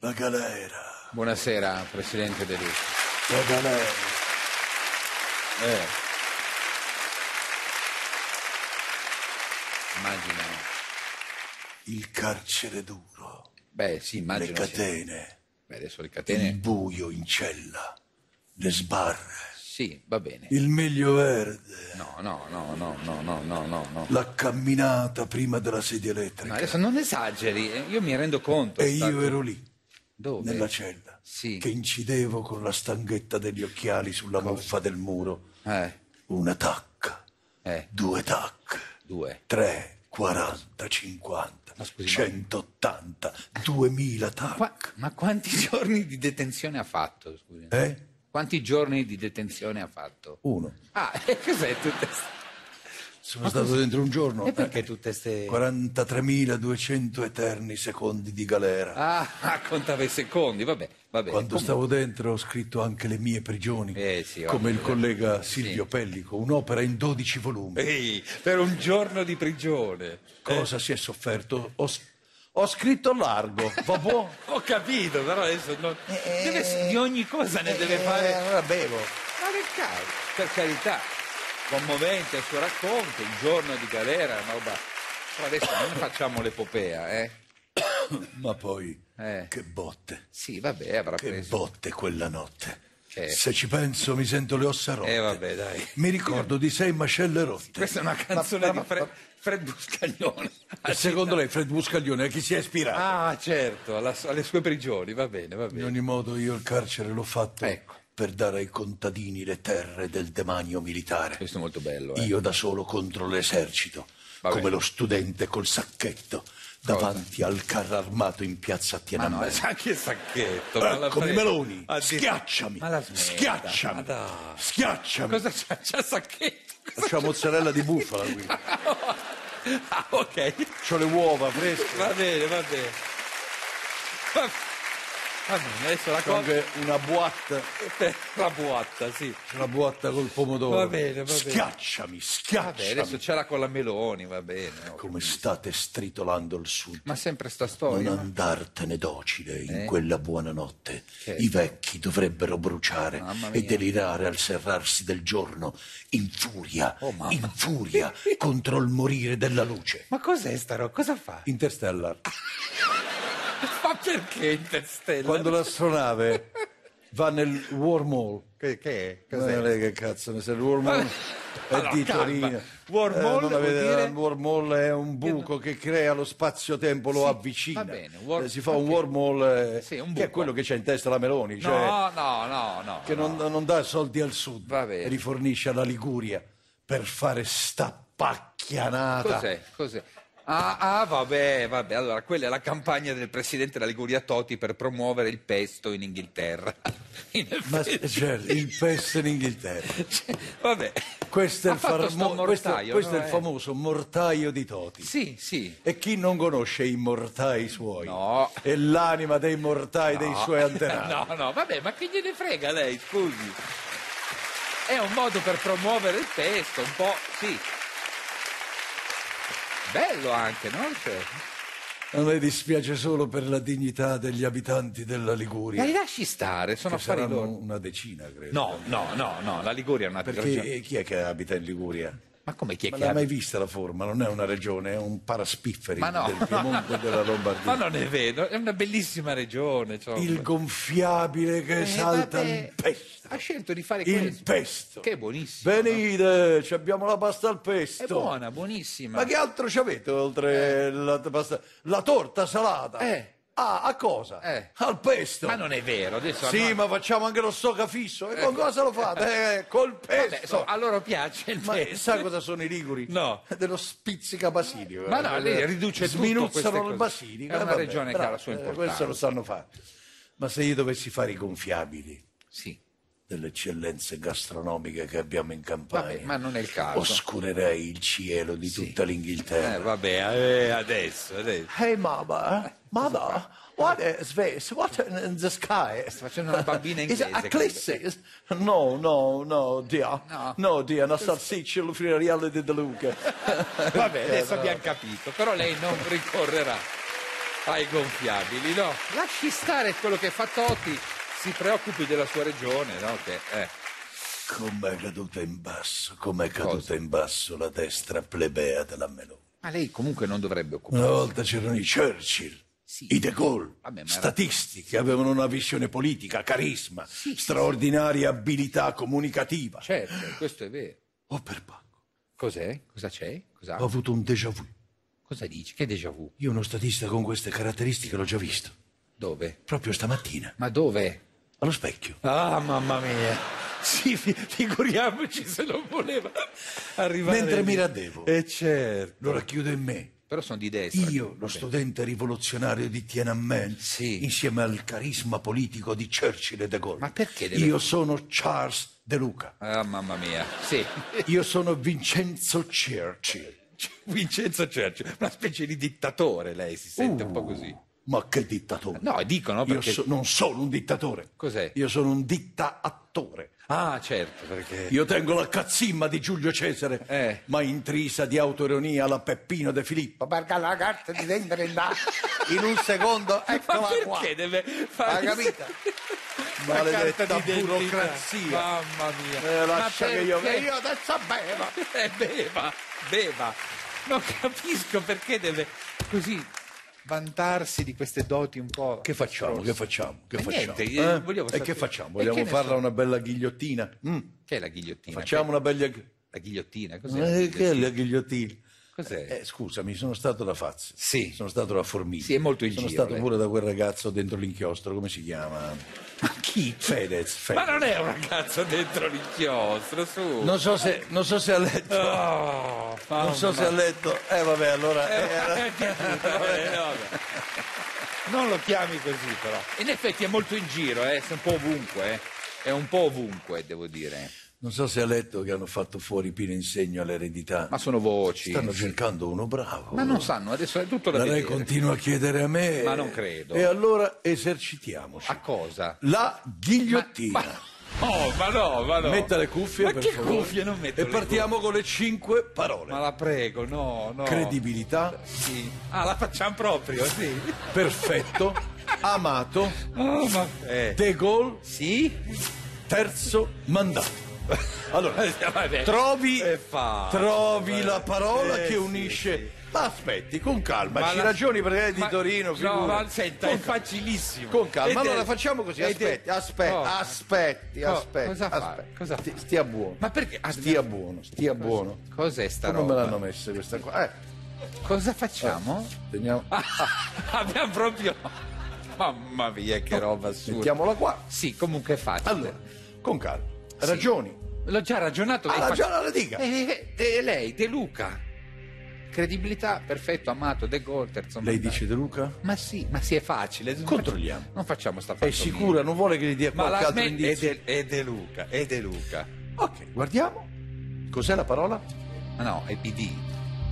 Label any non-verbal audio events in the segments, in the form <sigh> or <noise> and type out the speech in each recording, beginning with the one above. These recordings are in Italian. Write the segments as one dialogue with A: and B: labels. A: La galera,
B: Buonasera Presidente De Luca.
A: la galera.
B: Eh. Immagino.
A: Il carcere duro,
B: Beh Ah, sì,
A: le
B: immagino. sia-
A: catene,
B: Beh, adesso le
A: il
B: catene.
A: buio in cella, le sbarre,
B: Sì, va bene.
A: il meglio verde,
B: No, no, no, no, no, no, no, no, no.
A: la camminata prima della sedia
B: No,
A: elettrica.
B: adesso non esageri, eh, io mi rendo conto.
A: e
B: stato-
A: io ero lì,
B: Dove?
A: nella cella,
B: Sì.
A: che incidevo con la stanghetta degli occhiali sulla muffa del muro.
B: Eh,
A: Una tacca,
B: eh,
A: due tacche,
B: due.
A: 3, 40, 50,
B: scusi, ma-
A: 180, 2000
B: Qua-
A: tacche.
B: ma quanti <laughs> giorni di detenzione ha fatto? Scusi.
A: Eh?
B: Quanti giorni di detenzione ha fatto?
A: Uno.
B: Ah, <laughs> e cos'è tutte ste...
A: Sono stato dentro un giorno.
B: E perché
A: eh.
B: tutte ste...
A: 43.200 eterni secondi di galera.
B: Ah, <laughs> contava i secondi, vabbè, vabbè.
A: Quando stavo dentro ho scritto anche le mie prigioni,
B: Eh, sì, ovvio.
A: come il collega Silvio Pellico, un'opera in 12 volumi.
B: Ehi, per un giorno di prigione.
A: Cosa si è sofferto? Ho, s- ho scritto largo,
B: <laughs>
A: va buono?
B: Ho capito, però adesso non... deve s- di ogni cosa ne deve fare...
A: Eh, allora bevo.
B: Ma che cavolo, per carità, commovente il suo racconto, un giorno di galera, una roba... Però adesso non ne facciamo l'epopea, eh?
A: Ma poi,
B: Eh.
A: che botte,
B: Sì, vabbè, avrà
A: che
B: preso...
A: botte quella notte.
B: Certo.
A: Se ci penso mi sento le ossa rotte.
B: Eh, vabbè, dai.
A: Mi ricordo di sei mascelle rotte.
B: Questa è una canzone
A: ma-
B: di Fred, Fred Buscaglione.
A: E secondo lei Fred Buscaglione a chi si è ispirato?
B: Ah, certo, alla su- alle sue prigioni, va bene, va
A: In
B: bene.
A: ogni modo io il carcere l'ho fatto
B: Ecco.
A: per dare ai contadini le terre del demanio militare.
B: Questo è molto bello, eh.
A: Io da solo contro l'esercito,
B: Vabbè.
A: come lo studente col sacchetto davanti al carro armato in piazza
B: Ma Ah, no, eh.
A: Tiananmen.
B: esatto, sa che sacchetto, ma la
A: Ecco,
B: prego.
A: Meloni,
B: Ah, di-
A: schiacciami,
B: Ma la smetta,
A: schiacciami,
B: ma dai.
A: schiacciami.
B: Cosa c'ha, c'ha sacchetto? <laughs>
A: Facciamo mozzarella di bufala qui.
B: Ah, ok.
A: C'ho le uova fresche,
B: Va bene, va bene. Va, va bene, adesso la
A: c'ho
B: cosa
A: anche una boatta,
B: per <laughs> la buatta, sì.
A: c'ho una boatta col pomodoro.
B: Va bene, va bene.
A: Schiacciami,
B: Va bene,
A: schiacciami.
B: adesso Ecco. c'è la con la Meloni, va bene. no.
A: Come state stritolando il sud.
B: Ma sempre sta
A: Non
B: storia. ma-
A: andartene docile in
B: Eh?
A: quella buonanotte. I vecchi dovrebbero bruciare
B: Mamma mia.
A: e delirare al serrarsi del giorno, in furia,
B: Oh, mamma.
A: in
B: <laughs>
A: furia contro il morire della luce.
B: Ma cos'è sta roba? Cosa fa?
A: Interstellar.
B: <laughs> Ma perché Interstellar?
A: l'astronave va nel wormhole,
B: Che, che è?
A: non
B: Cos'è?
A: che cazzo ne sa, il wormhole
B: Allora, calma.
A: Eh,
B: Wormhole vuol dire-
A: il wormhole è un buco che crea lo spazio-tempo, lo avvicina.
B: va bene, wor-
A: Eh, si fa un wormhole eh,
B: Sì, un
A: che è
B: buco.
A: quello che c'è in testa la Meloni, cioè
B: No, no, no, no.
A: che non, non dà soldi al sud,
B: Va bene.
A: e rifornisce alla Liguria per fare sta pacchianata.
B: Cos'è? Cos'è? Ah, ah, vabbè, vabbè. Allora, quella è la campagna del presidente della Liguria Totti per promuovere il pesto in Inghilterra. <laughs> In
A: Ma
B: <laughs> effetti,
A: cioè, il pesto in Inghilterra.
B: vabbè.
A: Questo è,
B: Ha
A: il, famo-
B: fatto sto
A: questo-
B: mortaio,
A: questo
B: no,
A: è il
B: eh?
A: famoso mortaio di Toti.
B: Sì, sì.
A: E chi non conosce i mortai suoi?
B: No.
A: E l'anima dei mortai dei suoi antenati.
B: <laughs> No, no, vabbè, ma che gliene frega lei, scusi. È un modo per promuovere il pesto, un po', sì. Bello anche, no? Cioè,
A: A me dispiace solo per la dignità degli abitanti della
B: ma
A: Liguria.
B: li lasci stare, sono
A: che
B: affari
A: saranno
B: loro.
A: una decina, credo.
B: No, no, no, no, la Liguria è una
A: Perché chi è che abita in Liguria?
B: Ma come chi è
A: Ma
B: che
A: l'hai
B: ha-
A: mai vista la forma? Non è una regione, è un paraspifferi
B: Ma no.
A: del Piemonte e della Lombardia.
B: <laughs> Ma non è vero, è una bellissima regione. cioè.
A: Il gonfiabile che
B: Eh,
A: salta
B: vabbè,
A: il pesto.
B: Ha scelto di fare
A: Il
B: questo.
A: pesto.
B: Che è buonissimo. no?
A: Venite, ci abbiamo la pasta al
B: È
A: pesto.
B: buona, buonissima.
A: Ma che altro ci avete oltre la pasta? La torta salata.
B: Eh.
A: Ah, a cosa?
B: Eh.
A: Al pesto.
B: Ma non è vero, adesso
A: Sì,
B: no.
A: ma facciamo anche lo stoga fisso. E con cosa lo fate? Eh, col pesto.
B: Vabbè, so, a loro piace il
A: Ma
B: pesto.
A: sai cosa sono i liguri?
B: No.
A: È dello spizzica basilico.
B: Ma no, lei riduce tutto queste
A: Sminuzzano
B: cose.
A: il basilico.
B: È
A: eh,
B: una
A: vabbè,
B: regione che ha
A: bravo,
B: la sua
A: eh,
B: importanza.
A: Questo lo sanno fare. Ma se io dovessi fare i gonfiabili
B: Sì.
A: delle eccellenze gastronomiche che abbiamo in Campania,
B: Vabbè, ma non è il caso.
A: oscurerei il cielo di tutta l'Inghilterra.
B: Eh, vabbè, eh, adesso, adesso.
A: Hey mama, mother, what is this? What in, in the sky? Sta
B: facendo una bambina
A: Is it
B: inglese,
A: eclipses? No, no, no, dear.
B: No.
A: dear, una salsiccia al friariale di De Luca.
B: <laughs> <laughs> Vabbè, adesso abbiamo capito, però lei non ricorrerà ai gonfiabili, no? Lasci stare quello che fa Totti, si preoccupi della sua regione, no? Che, eh.
A: Com'è caduta in basso, com'è caduta
B: Cosa?
A: in basso la destra plebea della Meloni.
B: Ma lei comunque non dovrebbe occuparsi.
A: Una volta c'erano i Churchill,
B: Sì.
A: i De Gaulle,
B: Vabbè, ma era-
A: statisti che avevano una visione politica, carisma, straordinaria abilità comunicativa.
B: Certo, questo è vero.
A: Oh, per pacco,
B: Cos'è? Cosa c'è? Cosa,
A: ho avuto un déjà vu.
B: cosa dici? Che déjà vu?
A: Io uno statista con queste caratteristiche l'ho già visto,
B: Dove?
A: proprio stamattina,
B: Ma dove?
A: allo specchio.
B: Ah, mamma mia. Sì, fi- figuriamoci se non voleva arrivare.
A: Mentre
B: lì.
A: mi radevo.
B: Eh, certo.
A: Lo racchiudo in me.
B: Però sono di destra.
A: Io, lo studente rivoluzionario di Tiananmen,
B: Sì.
A: insieme al carisma politico di Churchill e De Gaulle.
B: Ma perché deve-
A: Io sono Charles De Luca.
B: Ah, mamma mia. Sì.
A: Io sono Vincenzo Churchill.
B: <laughs> Vincenzo Churchill, una specie di dittatore lei, si sente un po' così.
A: Ma che dittatore?
B: No, dicono
A: Io
B: perché...
A: so- non sono un dittatore.
B: Cos'è?
A: Io sono un ditta-attore.
B: Ah, certo, perché...
A: Io tengo la cazzimma di Giulio Cesare,
B: Eh.
A: ma intrisa di autoironia alla Peppino De Filippo. Perché la carta di dentro in
B: <laughs>
A: là, in un secondo,
B: Ma
A: eccola
B: perché
A: qua.
B: deve
A: Hai
B: fare...
A: capito?
B: la
A: Maledetta
B: carta di identità?
A: burocrazia.
B: Mamma mia.
A: Eh, lascia
B: Ma
A: che io...
B: perché?
A: E io adesso beva.
B: <laughs> Eh, beva, beva. Non capisco perché deve così vantarsi di queste doti un po'.
A: Che facciamo? Che facciamo? Che
B: Ma
A: facciamo?
B: niente,
A: Eh?
B: eh, vogliamo
A: e
B: sapere.
A: che facciamo?
B: E che
A: Vogliamo
B: ne
A: farla
B: so?
A: una bella ghigliottina? Mm,
B: Che è la ghigliottina?
A: Facciamo una bella... ghi-
B: La ghigliottina, cos'è? la
A: Eh, che è
B: ghigliottina?
A: la ghigliottina?
B: Cos'è?
A: Eh, scusami, sono stato da Fazio.
B: Sì.
A: Sono stato da Formiglia.
B: Sì, è molto in
A: Sono
B: giro,
A: stato
B: lei.
A: pure da quel ragazzo dentro l'inchiostro, come si chiama? Chi? Fedez.
B: Ma
A: Fedez.
B: non è un ragazzo dentro l'inchiostro, su.
A: Non so se, non so se ha letto...
B: Oh,
A: Non so
B: <laughs>
A: se ha letto... Eh, vabbè, allora... era- eh.
B: Non lo chiami così, però. In effetti è molto in giro, eh, è un po' ovunque, eh. È un po' ovunque, devo dire.
A: Non so se ha letto che hanno fatto fuori Pino Insegno all'eredità.
B: Ma sono voci.
A: Stanno cercando uno bravo.
B: Ma non sanno, adesso è tutto da
A: La lei
B: vedere.
A: continua a chiedere a me.
B: Ma non credo.
A: E allora esercitiamoci.
B: A cosa?
A: La ghigliottina.
B: Oh, ma no, ma no.
A: Metta le cuffie,
B: ma
A: per
B: che
A: favore.
B: cuffie non metto
A: E
B: le
A: partiamo con le cinque parole.
B: cuffie? Ma la prego, no, no.
A: Credibilità,
B: Sì. Ah, la facciamo proprio, sì. <laughs>
A: perfetto, amato,
B: Oh, ma... Eh.
A: De Gaulle,
B: Sì?
A: terzo
B: <laughs>
A: mandato. Allora,
B: Eh, Vabbè.
A: trovi,
B: È facile,
A: trovi
B: eh.
A: la parola
B: Eh,
A: che
B: sì,
A: unisce... Ma aspetti, con calma,
B: Ma
A: ci
B: la-
A: ragioni perché è di
B: Ma-
A: Torino,
B: No,
A: figurati.
B: ma senta, eh,
A: Con
B: è facilissimo.
A: Con calma,
B: Ed è-
A: allora facciamo così,
B: ed è-
A: aspetti, aspetti, aspetti,
B: Oh. Co-
A: aspetti.
B: cosa fa?
A: aspetti.
B: Cosa fa?
A: Sti- Stia buono.
B: Ma perché? Ah,
A: Stia buono, stia buono.
B: Cos'è sta
A: Come me
B: roba?
A: l'hanno messa questa qua? Eh,
B: Cosa facciamo?
A: teniamo-
B: <laughs> Abbiamo proprio... Mamma mia, che roba assurda.
A: mettiamola qua.
B: Sì, comunque è facile.
A: Allora, con calma, ragioni.
B: L'ho già ragionato.
A: Ah,
B: dai,
A: ragiona,
B: faccio-
A: la dica.
B: Eh, eh, eh, lei, De Luca. Credibilità, perfetto, amato, De Gaulle, terzo
A: Lei
B: mandato.
A: dice De Luca?
B: Ma sì, ma sì, è facile.
A: Controlliamo.
B: Non facciamo sta
A: È
B: fatto
A: sicura, non vuole che gli dia
B: Ma
A: qualche
B: la
A: altro
B: smetti... È
A: indizio?
B: de, è De Luca, è De Luca.
A: Ok, guardiamo. Cos'è la parola?
B: Ma no, è PD.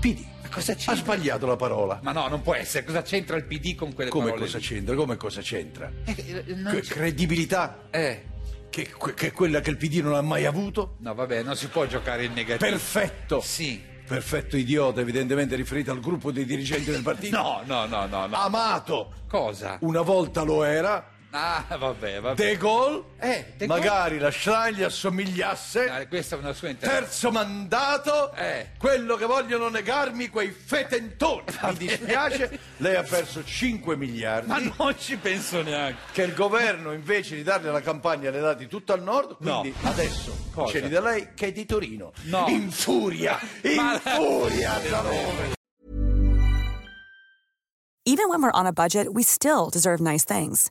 A: PD.
B: cosa c'entra?
A: Ha sbagliato la parola.
B: Ma no, non può essere. Cosa c'entra il PD con quelle
A: Come
B: parole
A: cosa
B: lì?
A: c'entra? Come cosa c'entra?
B: Eh, eh, non
A: Que-
B: c'è-
A: credibilità?
B: Eh,
A: Che, que- che è quella che il PD non ha mai avuto?
B: no, vabbè, non si può giocare in negativo.
A: Perfetto.
B: Sì.
A: Perfetto idiota, evidentemente riferito al
B: <laughs>
A: gruppo dei dirigenti del partito.
B: No, no, no, no, no.
A: Amato.
B: Cosa?
A: Una volta lo era,
B: Ah, vabbè, vabbè.
A: De Gaulle,
B: Eh, De Gaulle-
A: magari la Schlein gli assomigliasse.
B: Ah, questa è una sua interrogazione.
A: Terzo mandato,
B: Eh.
A: quello che vogliono negarmi quei
B: <laughs>
A: fetentoni. Mi dispiace, lei ha perso 5 miliardi.
B: Ma non ci penso neanche.
A: Che il governo invece di darle la campagna le ha dati tutto al nord, quindi adesso
B: Cosa?
A: scegli da lei che è di Torino.
B: No.
A: In furia, in
B: Ma- <laughs>
A: furia della Roma.
C: Even when we're on a budget, we still deserve nice things.